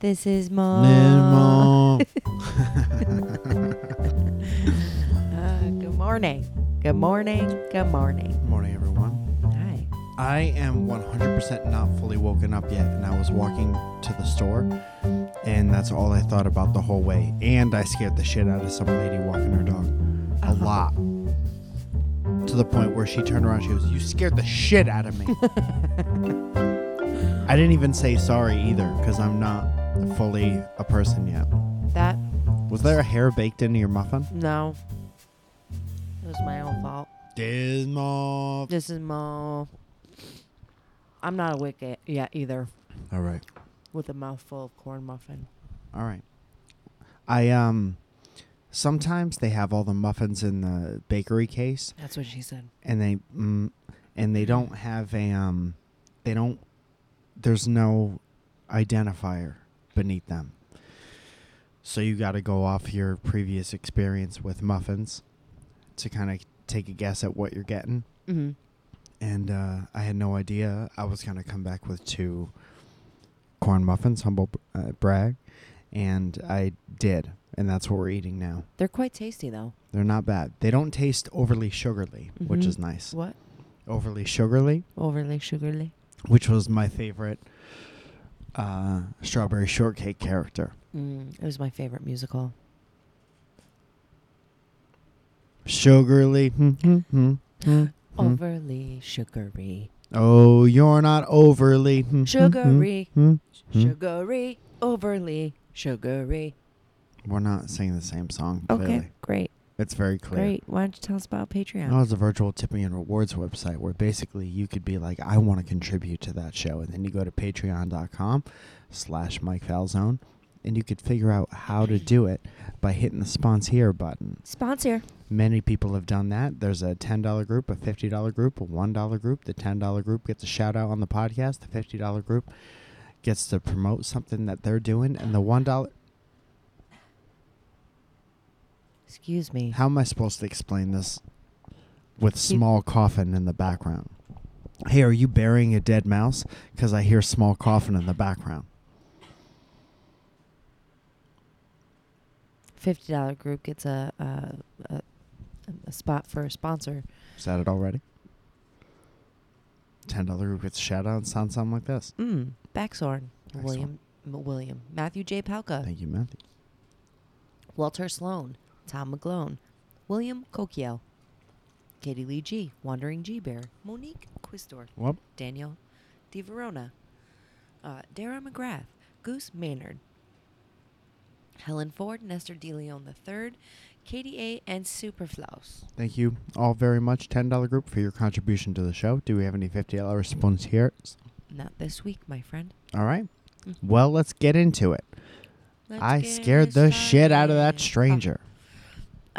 This is more. Nemo. Uh, good morning. Good morning. Good morning. Morning, everyone. Hi. I am 100% not fully woken up yet, and I was walking to the store, and that's all I thought about the whole way. And I scared the shit out of some lady walking her dog. A lot. To the point where she turned around, she goes, You scared the shit out of me. I didn't even say sorry either, because I'm not fully a person yet. That Was there a hair baked into your muffin? no. It was my own fault. Dismal. This is more. I'm not awake yet- yet either. All right. With a mouthful of corn muffin. All right. I um sometimes they have all the muffins in the bakery case That's what she said. and they mm, and they don't have a um they don't there's no identifier beneath them. So you got to go off your previous experience with muffins to kind of take a guess at what you're getting Mm-hmm. and uh, I had no idea I was gonna come back with two corn muffins, humble uh, brag, and I did, and that's what we're eating now. They're quite tasty though. They're not bad. They don't taste overly sugarly, which Mhm. is nice. What? Overly sugarly, Overly sugarly. which was my favorite uh, strawberry shortcake character. Mm, it was my favorite musical. Sugarly. hmm, hmm, hmm, hmm, hmm. Overly sugary. Oh, you're not overly hmm, hmm, hmm, Sugary. hmm, hmm. Sugary. Overly sugary. We're not singing the same song. Okay. Clearly. Great. It's very clear. Great. Why don't you tell us about Patreon? No, it's a virtual tipping and rewards website where basically you could be like, I want to contribute to that show. And then you go to patreon.com slash Mike Falzone and you could figure out how to do it by hitting the sponsor here button. Sponsor. Many people have done that. There's a $10 group, a $50 group, a $1 group. The $10 group gets a shout out on the podcast. The $50 group gets to promote something that they're doing. And the $1, Excuse me. How am I supposed to explain this with small coffin in the background? Hey, are you burying a dead mouse? Because I hear small coffin in the background. Fifty dollar group gets a a, a a spot for a sponsor. Is that it already? Ten dollar group gets a shout out and sounds something like this. Mm. Baxorn. Baxhorn. William M- William. Matthew J. Palka. Thank you, Matthew. Walter Sloan. Tom McGlone. William Coquiel. Katie Lee G. Wandering G Bear. Monique Quistor. What? Daniel DiVerona, uh, Dara McGrath, Goose Maynard, Helen Ford, Nestor DeLeon III, Katie A., and Superflaus. Thank you all very much, ten dollar group, for your contribution to the show. Do we have any fifty dollar sponsors here? Not this week, my friend. All right. Mm. Well, let's get into it. Let's I get scared it the shit out of that started. stranger. Oh,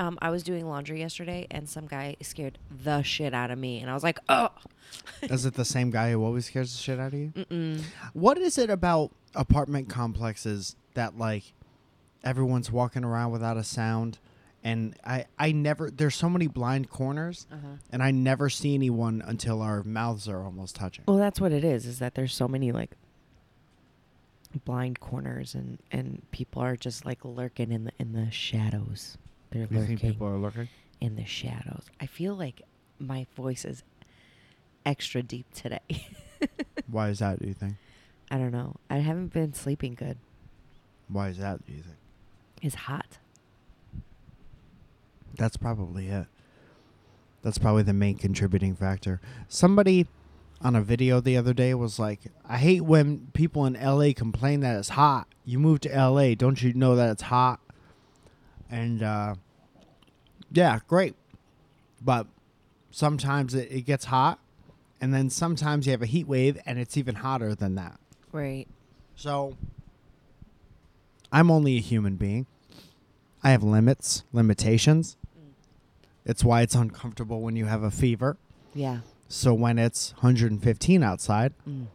um, I was doing laundry yesterday, and some guy scared the shit out of me, and I was like, oh. Is it the same guy who always scares the shit out of you? Mm-mm. What is it about apartment complexes that like everyone's walking around without a sound? And I, I never there's so many blind corners Uh-huh. and I never see anyone until our mouths are almost touching. Well, that's what it is. Is that there's so many like blind corners, and and people are just like lurking in the in the shadows. They're lurking are looking? in the shadows. I feel like my voice is extra deep today. Why is that, do you think? I don't know. I haven't been sleeping good. Why is that, do you think? It's hot. That's probably it. That's probably the main contributing factor. Somebody on a video the other day was like, I hate when people in LA complain that it's hot. You move to LA, don't you know that it's hot? And uh, yeah, great. But sometimes it, it gets hot, and then sometimes you have a heat wave, and it's even hotter than that. Right. So I'm only a human being. I have limits, limitations. Mm. It's why it's uncomfortable when you have a fever. Yeah. So when it's 115 outside, Mm.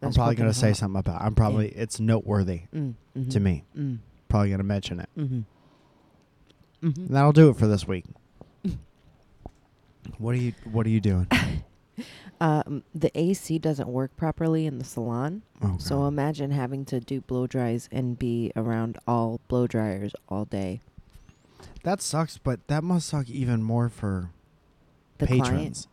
I'm That's probably going fucking to say hot. something about. It. I'm probably it's noteworthy Mm. Mm-hmm. to me. Mm. Probably going to mention it. Mm-hmm. And that'll do it for this week. What are you what are you doing? um, the AC doesn't work properly in the salon. Oh, So God. imagine having to do blow dries and be around all blow dryers all day. that sucks, but that must suck even more for The client, patrons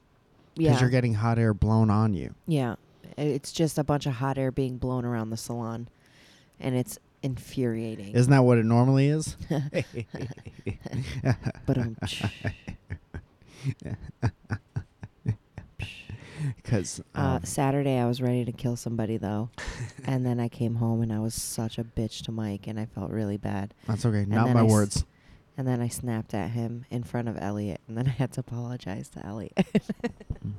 yeah, you're getting hot air blown on you. yeah, I- it's just a bunch of hot air being blown around the salon, and it's infuriating. Isn't that what it normally is? but um, Because uh, Saturday I was ready to kill somebody though, and then I came home and I was such a bitch to Mike, and I felt really bad. that's okay. and Not then my I s- words. And then I snapped at him in front of Elliot, and then I had to apologize to Elliot. Mm.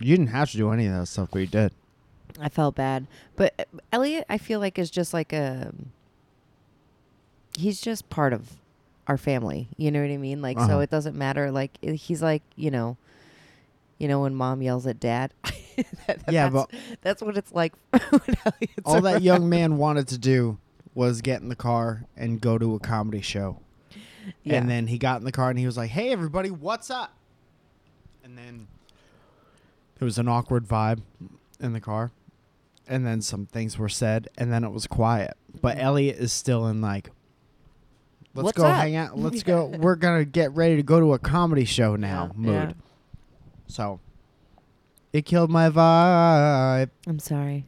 You didn't have to do any of that stuff, but you did. I felt bad, but uh, Elliot, I feel like is just like a. He's just part of our family. You know what I mean? Like, Uh-huh. so it doesn't matter. Like, i- he's like, you know, you know when mom yells at dad. That- Yeah, that's, but- that's what it's like. when Elliot's All that young around. man wanted to do was get in the car and go to a comedy show. Yeah. And then he got in the car and he was like, "Hey everybody, what's up?" And then there was an awkward vibe in the car. And then some things were said and then it was quiet. But Elliot is still in like Let's What's go up?" hang out. Let's go. We're going to get ready to go to a comedy show now Yeah, mood. yeah. So it killed my vibe. I'm sorry.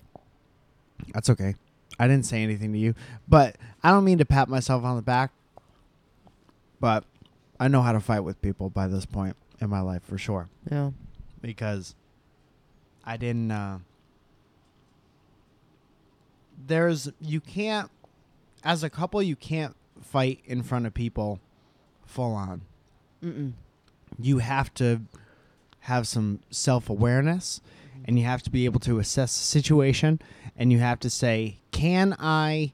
That's okay. I didn't say anything to you, but I don't mean to pat myself on the back, but I know how to fight with people by this point in my life for sure Yeah. because I didn't. Uh, there's you can't as a couple you can't fight in front of people full on. Mm-mm. You have to have some self awareness and you have to be able to assess the situation and you have to say, can I,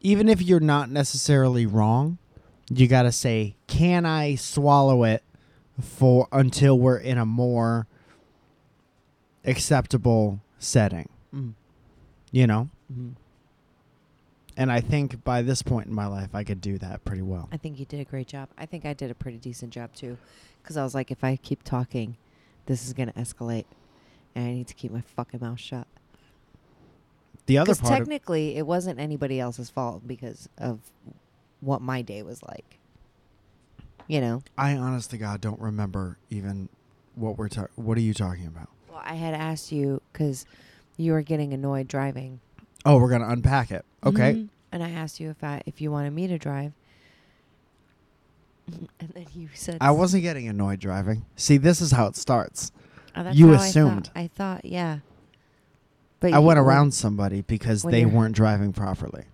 even if you're not necessarily wrong, you got to say, can I swallow it for until we're in a more acceptable setting, Mm. you know? Mhm. And I think by this point in my life, I could do that pretty well. I think you did a great job. I think I did a pretty decent job too, because I was like, if I keep talking, this is gonna escalate, and I need to keep my fucking mouth shut. The other Because part, of- technically, it wasn't anybody else's fault because of what my day was like. You know, I honest to God don't remember even what we're talking. What are you talking about? well, I had asked you because you were getting annoyed driving. Oh, we're gonna unpack it. Okay. Mhm. And I asked you if I if you wanted me to drive, and then you said I wasn't getting annoyed driving. See, this is how it starts. Oh, that's you how I thought- assumed. I thought, yeah. But I you- went well, around somebody because when they you're- weren't driving properly.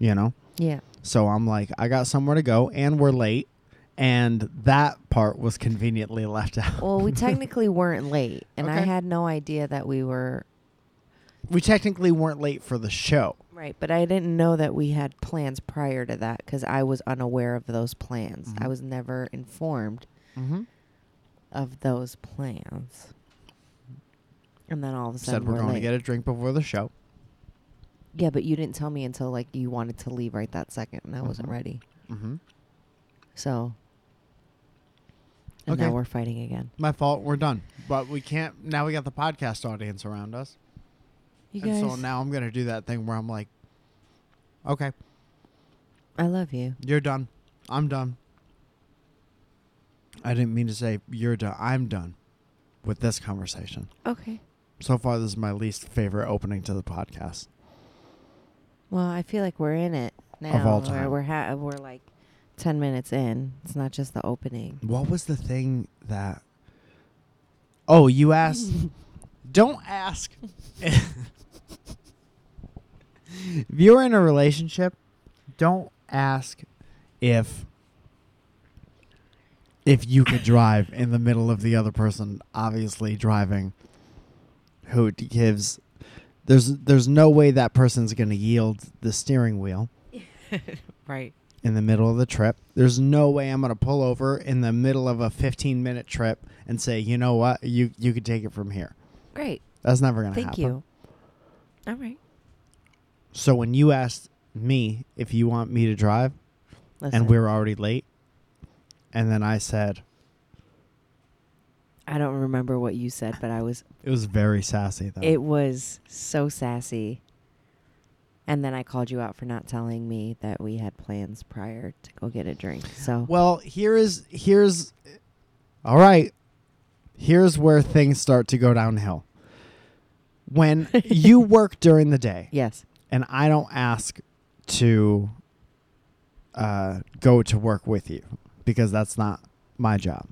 You know? Yeah. So I'm like, I got somewhere to go and we're late. And that part was conveniently left out. Well, we technically weren't late, and I Okay. had no idea that we were we technically weren't late for the show. Right, but I didn't know that we had plans prior to that because I was unaware of those plans. I Mhm. was never informed Mm-hmm. of those plans. And then all of a sudden, Said we're going to late. get a drink before the show. Yeah, but you didn't tell me until like you wanted to leave right that second, and I wasn't Mhm. ready. Mm-hmm. So, and now Okay. we're fighting again. My fault. We're done. But we can't. Now we got the podcast audience around us. You and guys, so now I'm going to do that thing where I'm like, okay, I love you. You're done. I'm done. I didn't mean to say you're done. I'm done with this conversation. Okay. So far, this is my least favorite opening to the podcast. Well, I feel like we're in it now. all We're- time. We're ha- we're like ten minutes in. It's not just the opening. What was the thing that. Oh, you asked. Don't ask. if you're in a relationship, don't ask if if you could drive in the middle of the other person obviously driving who d- gives there's there's no way that person's going to yield the steering wheel right. in the middle of the trip. There's no way I'm going to pull over in the middle of a 15 minute trip and say, "You know what? You you could take it from here." Great. That's never going to Thank happen. you. All right. So when you asked me if you want me to drive, Listen, and we were already late, and then I said, I don't remember what you said, but I was It was very sassy though. It was so sassy. And then I called you out for not telling me that we had plans prior to go get a drink. So well, here is here's all right. Here's where things start to go downhill. When you work during the day, yes, and I don't ask to uh, go to work with you because that's not my job.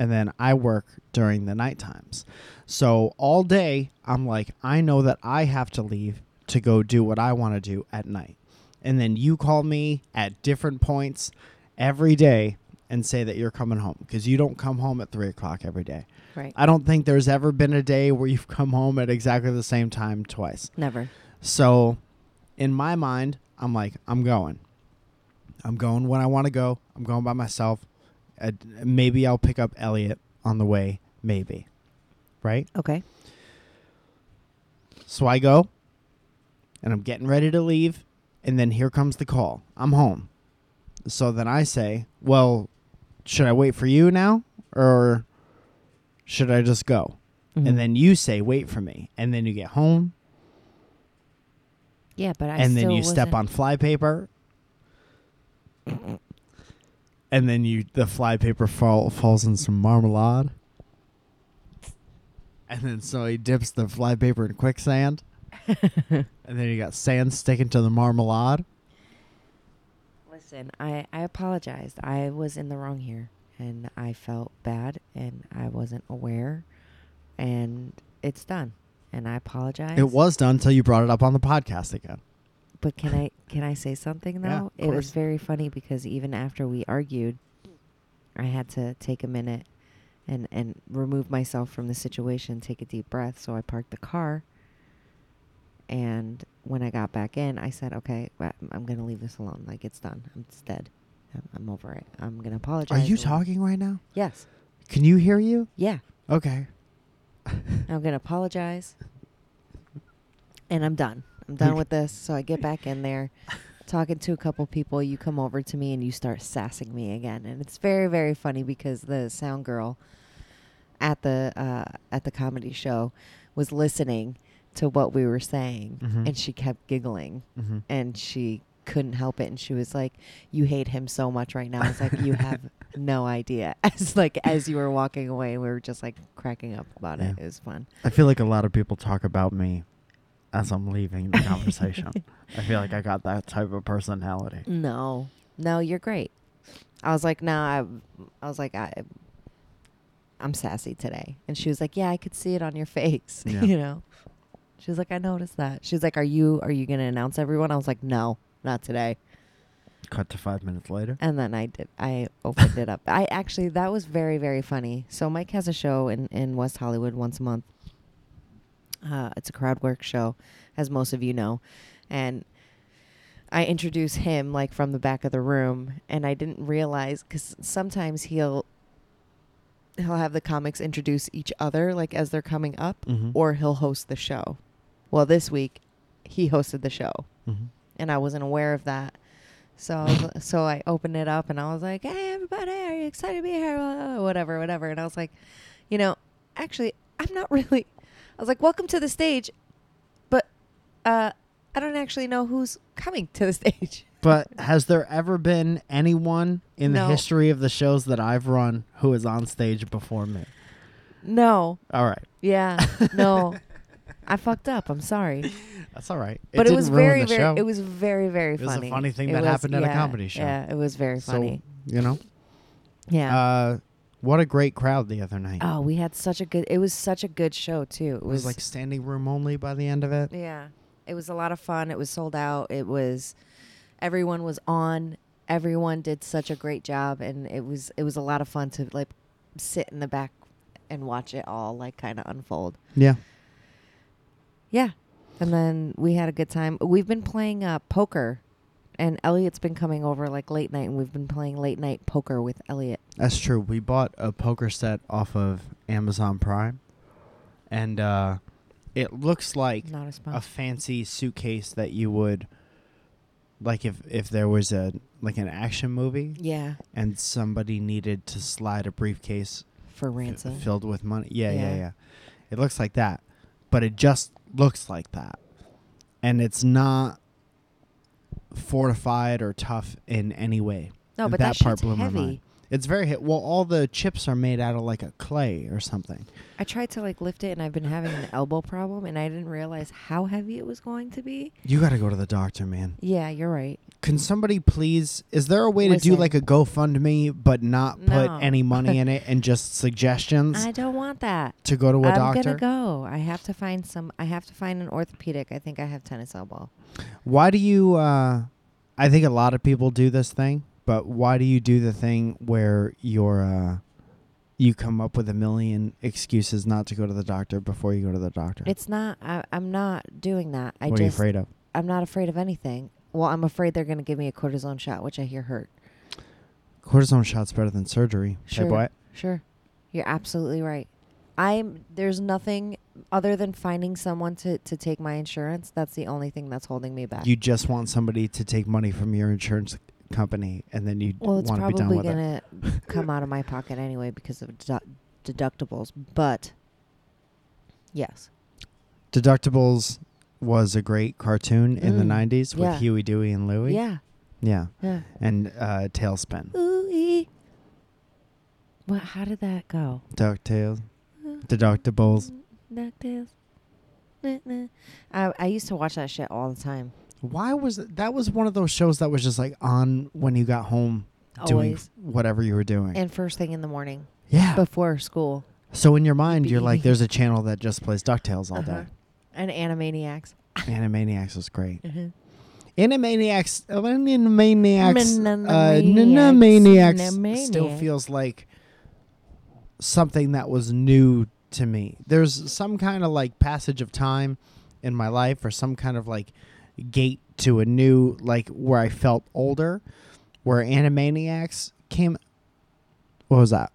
And then I work during the night times. So all day, I'm like, I know that I have to leave to go do what I want to do at night. And then you call me at different points every day and say that you're coming home because you don't come home at three o'clock every day. right, I don't think there's ever been a day where you've come home at exactly the same time twice. never. So in my mind, I'm like, I'm going. I'm going when I want to go. I'm going by myself. Uh, maybe I'll pick up Elliot on the way. Maybe. Right? Okay, So I go and I'm getting ready to leave. And then here comes the call. I'm home. So then I say, Well, should I wait for you now? Or should I just go? Mhm. And then you say, Wait for me. And then you get home. yeah, but I and then still you step wasn't- on fly paper and then you the fly paper fall, falls in some marmalade and then somebody dips the fly paper in quicksand and then you got sand sticking to the marmalade Listen, I I apologized. I was in the wrong here, and I felt bad, and I wasn't aware, and it's done, and I apologize. it was done until you brought it up on the podcast again But can I can I say something Yeah, though? of it was course. very funny because even after we argued, I had to take a minute and and remove myself from the situation, take a deep breath. So I parked the car. And when I got back in, I said, "Okay, well, I'm gonna leave this alone. Like it's done. I'm it's dead. I'm, I'm over it. I'm gonna are apologize." you and- talking right now Yes. can you hear you Yeah. okay I'm gonna apologize, and I'm done. I'm done with this. So I get back in there, talking to a couple people. You come over to me and you start sassing me again, and it's very very funny because the sound girl at the uh, at the comedy show was listening to what we were saying, Mhm. and she kept giggling, mm-hmm. and she couldn't help it, and she was like, "You hate him so much right now." I was like, "You have." No idea. As like as you were walking away, we were just like cracking up about it. Yeah. It was fun. I feel like a lot of people talk about me as I'm leaving the conversation. I feel like I got that type of personality. No, no, you're great. I was like, no, I, I was like, I, I'm sassy today, and she was like, yeah, I could see it on your face, Yeah. you know. She was like, I noticed that. She was like, are you are you gonna announce everyone? I was like, no, not today. Cut to five minutes later. And then I did. I opened it up. I actually that was very very funny. So Mike has a show in in West Hollywood once a month. Uh, it's a crowd work show, as most of you know, and I introduce him like from the back of the room, and I didn't realize because sometimes he'll he'll have the comics introduce each other like as they're coming up, Mhm. or he'll host the show. Well, this week he hosted the show Mhm. and I wasn't aware of that. So I was- so I opened it up and I was like, "Hey everybody, are you excited to be here? Blah, blah, blah," Whatever, whatever." And I was like, "You know, actually, I'm not really." I was like, "Welcome to the stage," but uh, I don't actually know who's coming to the stage. But has there ever been anyone in No. the history of the shows that I've run who is on stage before me? No, All right. yeah, Uh, no, I fucked up. I'm sorry, That's all right. but it, didn't was ruin very, the very, show. it was very, very It funny. was a funny thing It that was- happened at a yeah, comedy show. Yeah, it was very So, uh, funny. you know. yeah. Uh, what a great crowd the other night. oh, we had such a good. It was such a good show too. It it was was like standing room only by the end of it. Yeah. It was a lot of fun. It was sold out. It was everyone was on. Everyone did such a great job and it was it was a lot of fun to like sit in the back and watch it all like kind of unfold. Yeah. Yeah. And then we had a good time. We've been playing uh, poker and Elliot's been coming over like late night and we've been playing late night poker with Elliot. That's true. We bought a poker set off of Amazon Prime, and uh, it looks like Not a sponsor. a fancy suitcase that you would, like, if if there was a like an action movie yeah. and somebody needed to slide a briefcase for F- ransom. filled with money. Yeah, yeah, Yeah. yeah, It looks like that, but it just looks like that, and it's not fortified or tough in any way. no, And but that that, part shit's blew my heavy. mind. It's very hit. Well, all the chips are made out of like a clay or something. I tried to like lift it, and I've been having an elbow problem, and I didn't realize how heavy it was going to be. You got to go to the doctor, man. Yeah, you're right. Can somebody please? Is there a way to do Listen. like a GoFundMe but not No. put any money in it and just suggestions I don't want that. to go to a I'm doctor? gonna go. I have to find some. I have to find an orthopedic. I think I have tennis elbow. Why do you? Uh, I think a lot of people do this thing, but why do you do the thing where you're uh, you come up with a million excuses not to go to the doctor before you go to the doctor? It's not. I, I'm not doing that. I what just. are you afraid of? I'm not afraid of anything. Well, I'm afraid they're gonna give me a cortisone shot, which I hear hurt. Cortisone shots better than surgery. Hey, Sure. boy. Sure. You're absolutely right. I'm there's nothing other than finding someone to, to take my insurance. That's the only thing that's holding me back. You just want somebody to take money from your insurance company, and then you well, it's want to be done probably with it. gonna come out of my pocket anyway because of dedu- deductibles. But yes, Deductibles was a great cartoon in the Mm, 90s with yeah. Huey, Dewey, and Louie. yeah, Yeah. yeah. And uh, Tailspin. Ooh-ee. What? How did that go? DuckTales. Deductibles. Ducktails. Nah, nah. I I used to watch that shit all the time. Why was it, that was one of those shows that was just like on when you got home doing Always. whatever you were doing. And first thing in the morning yeah. before school. so in your mind, you're like, Beanie. there's a channel that just plays DuckTales all Uh-huh. And Animaniacs. day. Animaniacs was great. Animaniacs. Animaniacs, uh, Animaniacs, uh, Animaniacs. Animaniacs still Animaniacs. feels like something that was new to me. There's some kind of like passage of time in my life, or some kind of like gate to a new like where I felt older, where Animaniacs came. What was that?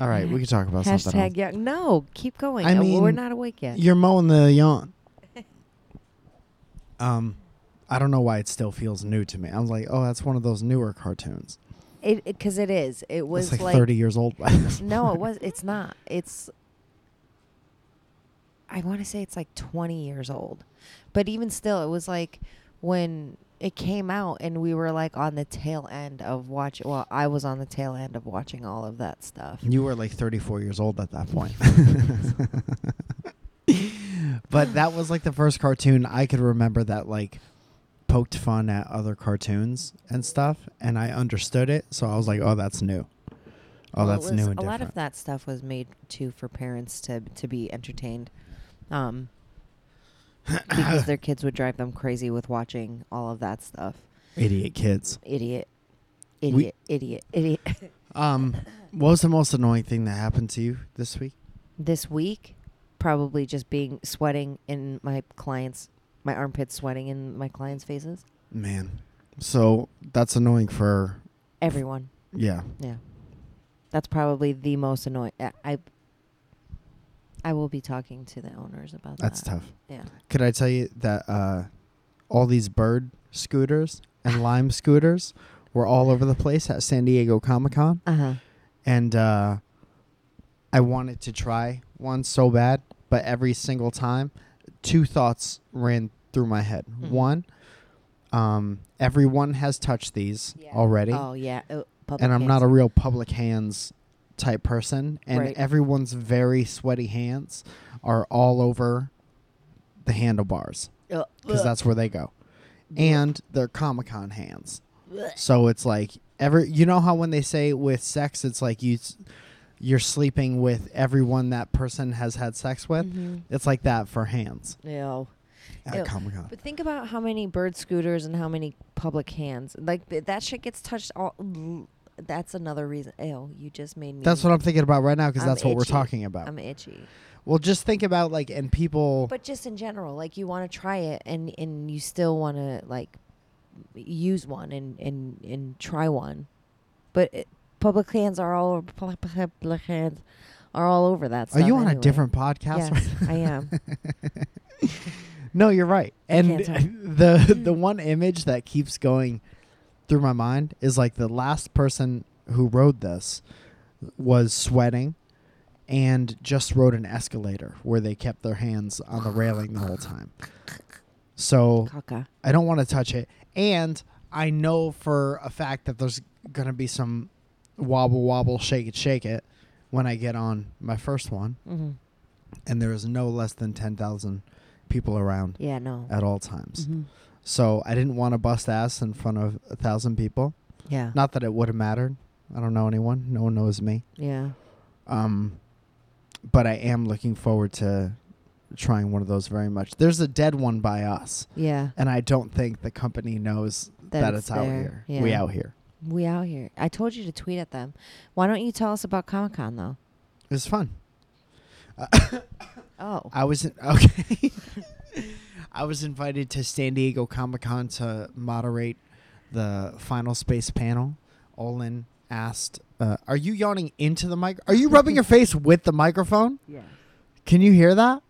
All right, we can talk about something. Uh-huh. Hashtag Else. young. No, keep going. I Uh, We're mean, not awake yet. You're mowing the yawn. Um, I don't know why it still feels new to me. I was like, oh, that's one of those newer cartoons. It because it is. It was It's like, 30 years old. by this no, it point. was. It's not. It's. I want to say it's like 20 years old, but even still, it was like when it came out, and we were like on the tail end of watch. Well, I was on the tail end of watching all of that stuff. You were like 34 years old at that point. but that was like the first cartoon I could remember that like poked fun at other cartoons and stuff, and I understood it. So I was like, oh, that's new. Oh, Well, it was- that's new and a different. lot of that stuff was made too for parents to to be entertained, um, because their kids would drive them crazy with watching all of that stuff. Idiot kids. Idiot, We- idiot, idiot, idiot. Um, what was the most annoying thing that happened to you this week? this week, probably just being sweating in my clients, my armpits sweating in my clients' faces. Man. So that's annoying for, Everyone, yeah. yeah, that's probably the most annoying. I, I, I will be talking to the owners about That's that. tough. Yeah. Could I tell you that uh, all these bird scooters and lime scooters were all over the place at San Diego Comic Con, Uh huh. and uh, I wanted to try one so bad, but every single time, two thoughts ran through my head. Mhm. One, um, everyone has touched these already, Oh yeah. Oh, public and I'm not a hands. real public hands type person, and Right. everyone's very sweaty hands are all over the handlebars Ugh. because that's where they go. And they're Comic Con hands. So it's like every you know how when they say with sex, it's like you s- you're sleeping with everyone that person has had sex with. Mhm. It's like that for hands Ew. Ew. at Comic Con. But think about how many bird scooters and how many public hands. Like th- that shit gets touched all. That's another reason. Ew, you just made me. That's what I'm thinking about right now because I'm that's what we're itchy. talking about. I'm itchy. well, just think about like and people. But just in general, like you want to try it and and you still want to like use one and and and try one. But it, public hands are all over, public hands are all over that are stuff. you on a anyway. different podcast? Yes, I am. No, you're right. And can't tell. the the one image that keeps going through my mind is like the last person who rode this was sweating and just rode an escalator where they kept their hands on the railing the whole time. So Caca. I don't want to touch it. And I know for a fact that there's going to be some wobble, wobble, shake it, shake it when I get on my first one. Mm-hmm. And there is no less than 10,000 people around Yeah, no. at all times. Mhm. So I didn't want to bust ass in front of a thousand people. Yeah. Not that it would have mattered. I don't know anyone. No one knows me. yeah. Um, but I am looking forward to trying one of those very much. There's a dead one by us, Yeah. and I don't think the company knows that, it's, out here. Yeah. We out here. We out here. I told you to tweet at them. Why don't you tell us about Comic Con though? It's fun. Uh, Oh. I was in, okay. I was invited to San Diego Comic Con to moderate the final space panel. Olin asked, uh, "Are you yawning into the mic? Are you rubbing your face with the microphone? yeah. Can you hear that?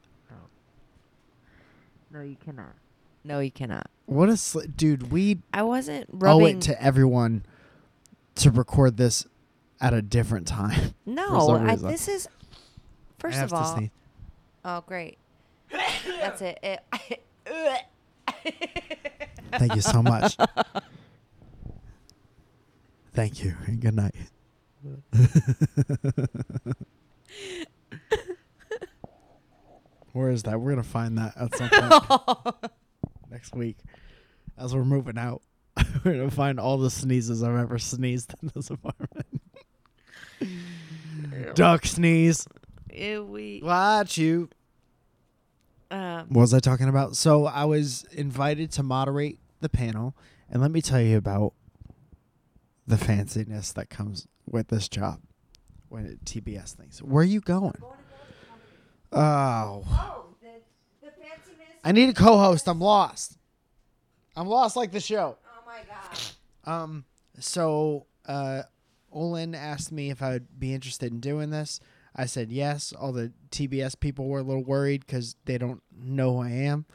No, you cannot. No, you cannot. What a sl- dude! We I wasn't owe rubbing. it Oh, to everyone to record this at a different time. for no, some I, reason. this is. I First have of to all, sneeze. oh great, that's it. it Thank you so much. Thank you and good night. Where is that? We're gonna find that at some point next week. As we're moving out, we're gonna find all the sneezes I've ever sneezed in this apartment. Duck sneeze. Ew, we. Watch you. Um, What was I talking about? So I was invited to moderate the panel, and let me tell you about the fanciness that comes with this job when it, TBS things. Where are you going? Oh, oh, the, the fanciness. I need a co-host. I'm lost. I'm lost like the show. Oh my god. Um, so uh, Olin asked me if I would be interested in doing this. I said yes. All the TBS people were a little worried because they don't know who I am,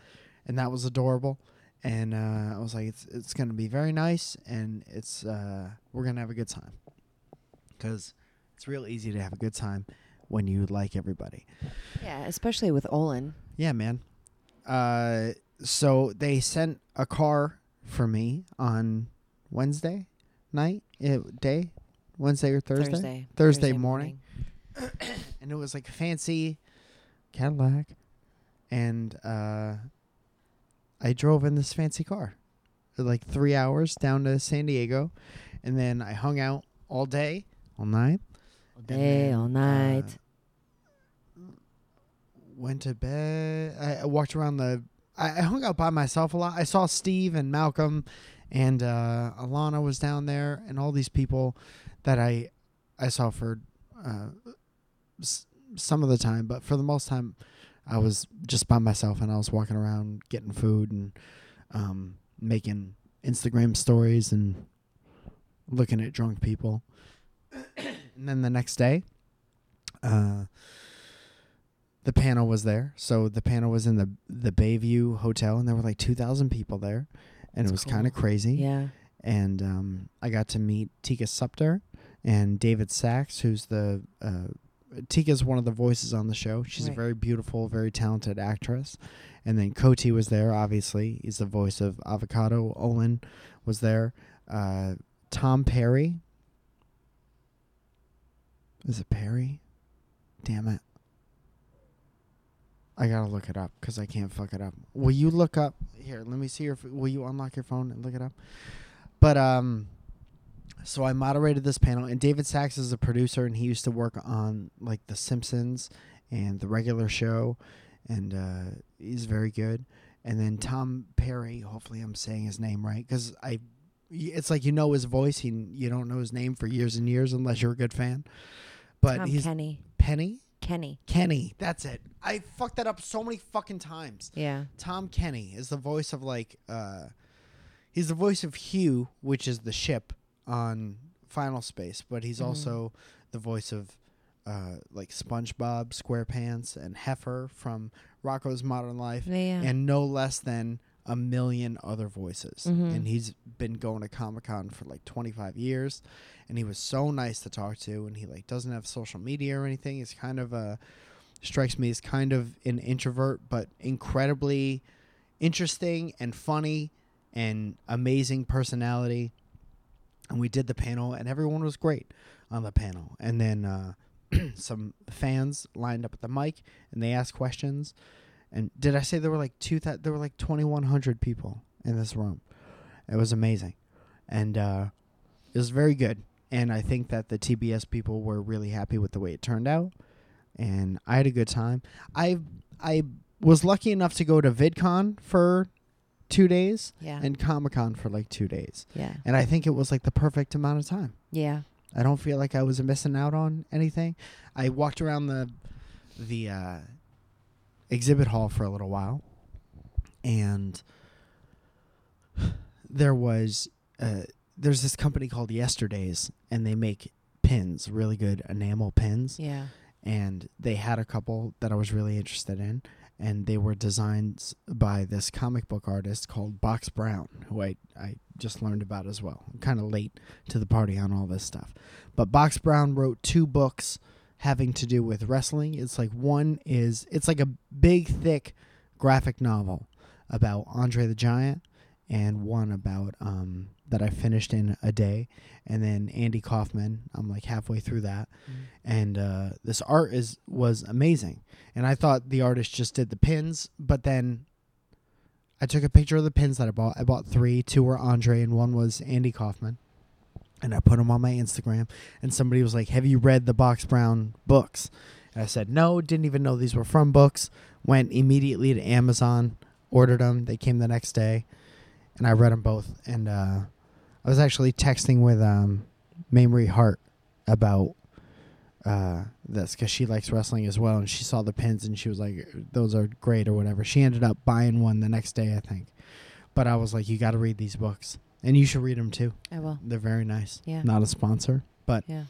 and that was adorable. And uh, I was like, it's it's gonna be very nice, and it's uh, we're gonna have a good time because it's real easy to have a good time when you like everybody. Yeah, especially with Olin. Yeah, man. Uh, so they sent a car for me on Wednesday night, eh, day, Wednesday or Thursday, Thursday. morning. and it was like fancy Cadillac, and uh, I drove in this fancy car, for like three hours down to San Diego, and then I hung out all day, all night, All and day, then, all night. uh, went to bed. I, I walked around the. I, I hung out by myself a lot. I saw Steve and Malcolm, and uh, Alana was down there, and all these people that I I saw for uh, s- some of the time, but for the most time, I was just by myself, and I was walking around getting food and um, making Instagram stories and looking at drunk people. and then the next day, uh, the panel was there. So the panel was in the the Bayview Hotel, and there were like two thousand people there, and That's it was cool. kind of crazy. yeah. And um, I got to meet Tika Supter and David Sachs, who's the uh, Tika's one of the voices on the show. She's Right. a very beautiful, very talented actress. And then Koti was there. Obviously, he's the voice of Avocado. Olin was there. Uh, Tom Perry. Is it Perry? Damn it. I gotta look it up because I can't fuck it up. Will you look up here? Let me see your. ph- Will you unlock your phone and look it up? But um, so I moderated this panel, and David Sachs is a producer, and he used to work on like The Simpsons and The Regular Show, and uh, he's very good. And then Tom Perry, hopefully I'm saying his name right, because I, y- it's like you know his voice, he you don't know his name for years and years unless you're a good fan. But Tom he's Kenny. Penny. Kenny. Kenny. That's it. I fucked that up so many fucking times. Yeah. Tom Kenny is the voice of like uh he's the voice of Hugh, which is the ship on Final Space, but he's Mhm. also the voice of uh like SpongeBob SquarePants and Heifer from Rocco's Modern Life Yeah. and no less than a million other voices. Mhm. And he's been going to Comic Con for like 25 years. And he was so nice to talk to. And he like doesn't have social media or anything. He's kind of a, strikes me as kind of an introvert, but incredibly interesting and funny and amazing personality. And we did the panel, and everyone was great on the panel. And then uh, some fans lined up at the mic, and they asked questions. And did I say there were like two? Th- there were like twenty one hundred people in this room. It was amazing, and uh, it was very good. And I think that the TBS people were really happy with the way it turned out, and I had a good time. I I was lucky enough to go to VidCon for two days Yeah. and Comic Con for like two days, yeah. and I think it was like the perfect amount of time. Yeah. I don't feel like I was missing out on anything. I walked around the the uh, exhibit hall for a little while, and there was uh, there's this company called Yesterdays, and they make pins, really good enamel pins, Yeah. and they had a couple that I was really interested in, and they were designed by this comic book artist called Box Brown, who I, I just learned about as well. I'm kind of late to the party on all this stuff. But Box Brown wrote two books having to do with wrestling. It's like one is, it's like a big, thick graphic novel about Andre the Giant. And one about um, that I finished in a day, and then Andy Kaufman. I'm like halfway through that, and uh, this art is was amazing. And I thought the artist just did the pins, but then I took a picture of the pins that I bought. I bought three. Two were Andre, and one was Andy Kaufman. And I put them on my Instagram. And somebody was like, "Have you read the Box Brown books?" And I said, "No, didn't even know these were from books." Went immediately to Amazon, ordered them. They came the next day, and I read them both. And uh, I was actually texting with um, Mamrie Hart about uh, this because she likes wrestling as well, and she saw the pins and she was like, "Those are great" or whatever. She ended up buying one the next day, I think. But I was like, "You got to read these books, and you should read them too. I will. They're very nice." Yeah. Not a sponsor, but Yeah.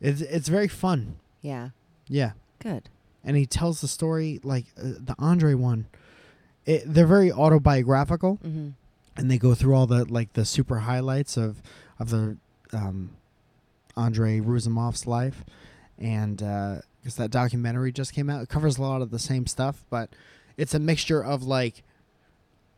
it's it's very fun. Yeah. Yeah, Good. and he tells the story like uh, the Andre one. It, they're very autobiographical, Mm-hmm. and they go through all the like the super highlights of of the um, Andre Ruzimov's life, and because that documentary just came out, it covers a lot of the same stuff, but it's a mixture of like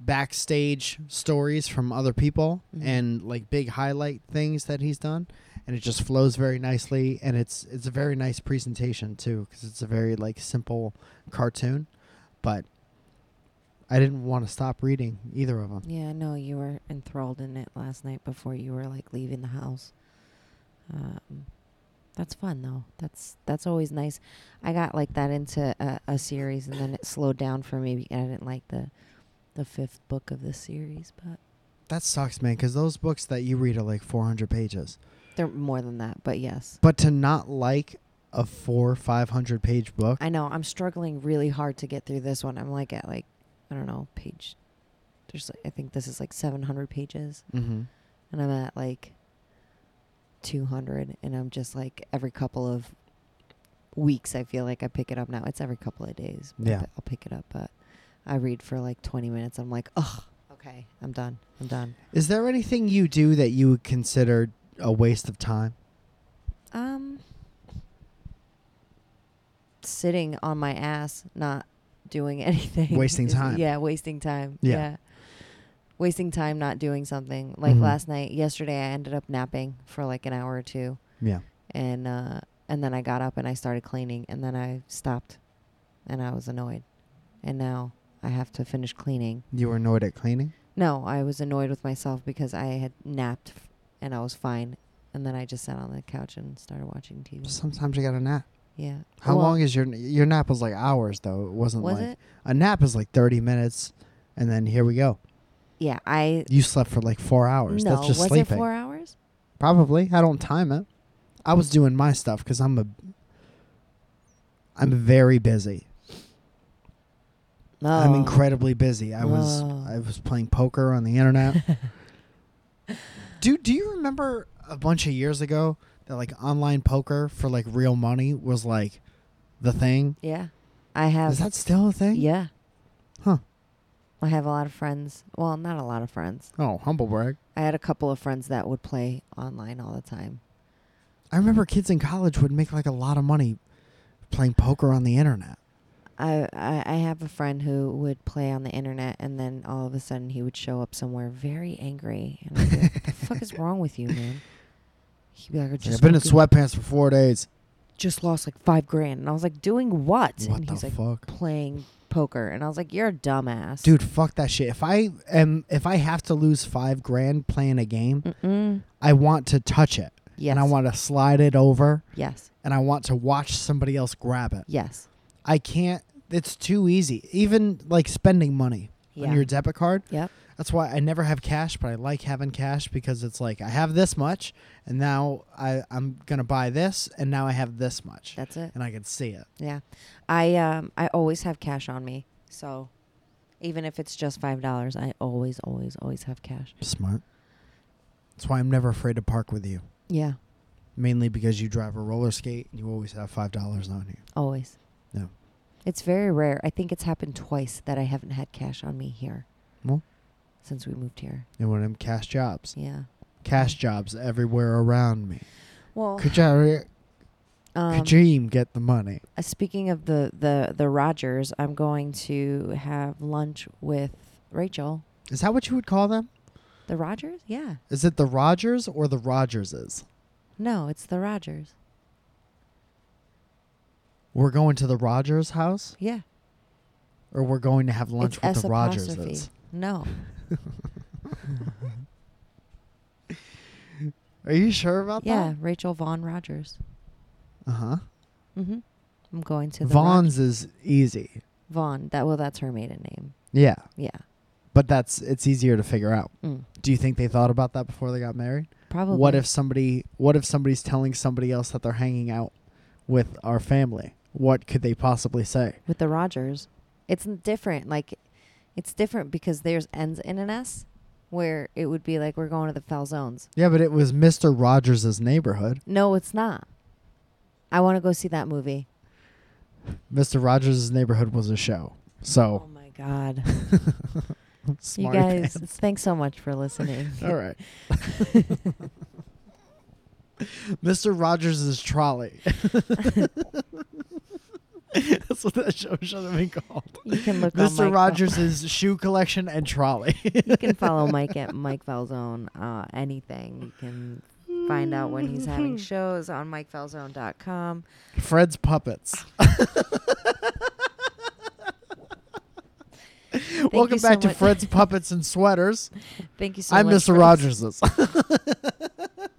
backstage stories from other people Mhm. and like big highlight things that he's done and it just flows very nicely and it's it's a very nice presentation too because it's a very like simple cartoon but i didn't want to stop reading either of them Yeah. No, you were enthralled in it last night before you were like leaving the house. Um, that's fun though. That's that's always nice. I got like that into a, a series and then it slowed down for me. And I didn't like the the fifth book of the series, but That sucks, man, because those books that you read are like 400 pages. they're more than that. But yes, But to not like a four, 500 page book, I know I'm struggling really hard to get through this one. I'm like at like I don't know page. There's like, I think this is like 700 pages. mm-hmm. and I'm at like 200, and I'm just like every couple of weeks, I feel like I pick it up now. It's every couple of days. but Yeah. I'll pick it up, but I read for like 20 minutes. I'm like, oh, okay, I'm done. I'm done. is there anything you do that you would consider a waste of time? Um, sitting on my ass, not doing anything, Wasting is- time. Yeah, wasting time. Yeah. Yeah. Wasting time not doing something. Like Mhm. last night, yesterday, I ended up napping for like an hour or two. Yeah. and uh, and then I got up and I started cleaning, and then I stopped, and I was annoyed, and now I have to finish cleaning. You were annoyed at cleaning? No, I was annoyed with myself because I had napped, f- and I was fine, and then I just sat on the couch and started watching TV. Sometimes you got a nap. Yeah. How Well, long is your your nap? Was like hours though. It wasn't was like it? a nap is like 30 minutes, and then here we go. Yeah, I. You slept for like four hours. no, That's just was sleeping. it four hours? Probably. I don't time it. I was doing my stuff because I'm a I'm very busy. No. I'm incredibly busy. I was Oh. I was playing poker on the internet. do Do you remember a bunch of years ago that like online poker for like real money was like the thing? Yeah, I have. Is that still a thing? Yeah. Huh. I have a lot of friends. Well, not a lot of friends. Oh, humble brag. I had a couple of friends that would play online all the time. I remember kids in college would make like a lot of money playing poker on the internet. I, I I have a friend who would play on the internet, and then all of a sudden he would show up somewhere very angry, and I'd be like, "What the fuck is wrong with you, man?" He'd be like, "I It's like, just I've been in fucking- sweatpants for four days. just lost like five grand," and I was like, "Doing what?" What and the he's like, fuck? "Playing poker," and I was like, "You're a dumbass, Dude, fuck that shit. If I am, if I have to lose five grand playing a game, Mm-mm. I want to touch it Yes, and I want to slide it over yes, and I want to watch somebody else grab it. yes, I can't. It's too easy. Even like spending money yeah, on your debit card. yep, That's why I never have cash, but I like having cash because it's like I have this much, and now I, I'm gonna buy this, and now I have this much, that's it." and I can see it. Yeah. I um I always have cash on me. So even if it's just five dollars, I always, always, always have cash. Smart. That's why I'm never afraid to park with you, Yeah. mainly because you drive a roller skate and you always have five dollars on you. Always. Yeah. It's very rare. I think it's happened twice that I haven't had cash on me here. Well. Since we moved here. And when I'm cash jobs, Yeah. cash jobs everywhere around me. Well Could you, um, could you get the money? uh, speaking of the, the, the Rogers, I'm going to have lunch with Rachel. Is that what you would call them? The Rogers? Yeah. Is it the Rogers or the Rogerses? No, it's the Rogers. We're going to the Rogers house, Yeah. or we're going to have lunch it's with S the apostrophe. Rogerses. No. Are you sure about yeah, that? Rachel Vaughn Rogers. Yeah. Uh huh. Mm-hmm. I'm going to the Rog- Vaughn's is easy. Vaughn. That well, that's her maiden name. Yeah, Yeah. but that's it's easier to figure out. Mm. Do you think they thought about that before they got married? Probably. What if somebody? What if somebody's telling somebody else that they're hanging out with our family? What could they possibly say? with the Rogers? It's n- different. Like, it's different because theirs ends in an S, where it would be like we're going to the Falzones. Yeah, but it was Mister Rogers' neighborhood. No, it's not. I want to go see that movie. Mister Rogers' neighborhood was a show. So Oh my God. you smart. guys, thanks so much for listening. All right. Mr. Rogers' trolley. That's what that show should have been called. You can look on Mr. Mike Rogers' shoe collection and trolley. you can follow Mike at Mike Falzone. Uh, anything you can find out when he's having shows on MikeFalzone.com. Fred's puppets. Welcome you so back to much. Fred's puppets and sweaters. Thank you so I'm much. Mr. for- Rogers'.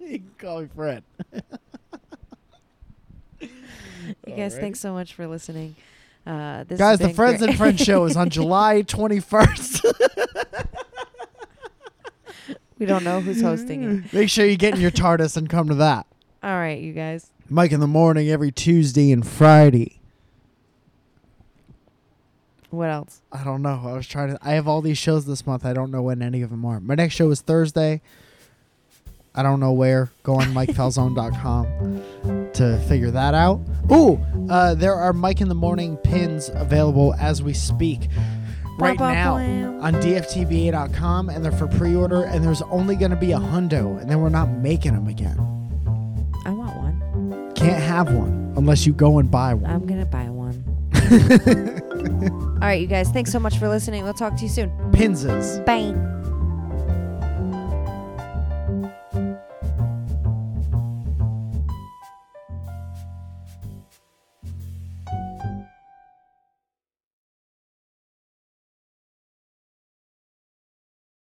you can call me Fred. You guys, Alrighty. thanks so much for listening. Uh, this has Guys, the been Friends great- and Friends show is on July 21st. we don't know who's hosting it. Make sure you get in your TARDIS and come to that. All right, you guys. Mike in the morning every Tuesday and Friday. What else? I don't know. I was trying to. I have all these shows this month. I don't know when any of them are. My next show is Thursday. I don't know where. Go on MikeFalzone.com to figure that out. Ooh, uh, there are Mike in the Morning pins available as we speak right Ba-ba-blam. now on DFTBA.com, and they're for pre order, and there's only going to be a hundo, and then we're not making them again. I want one. Can't have one unless you go and buy one. I'm going to buy one. All right, you guys. Thanks so much for listening. We'll talk to you soon. Pinses. Bye.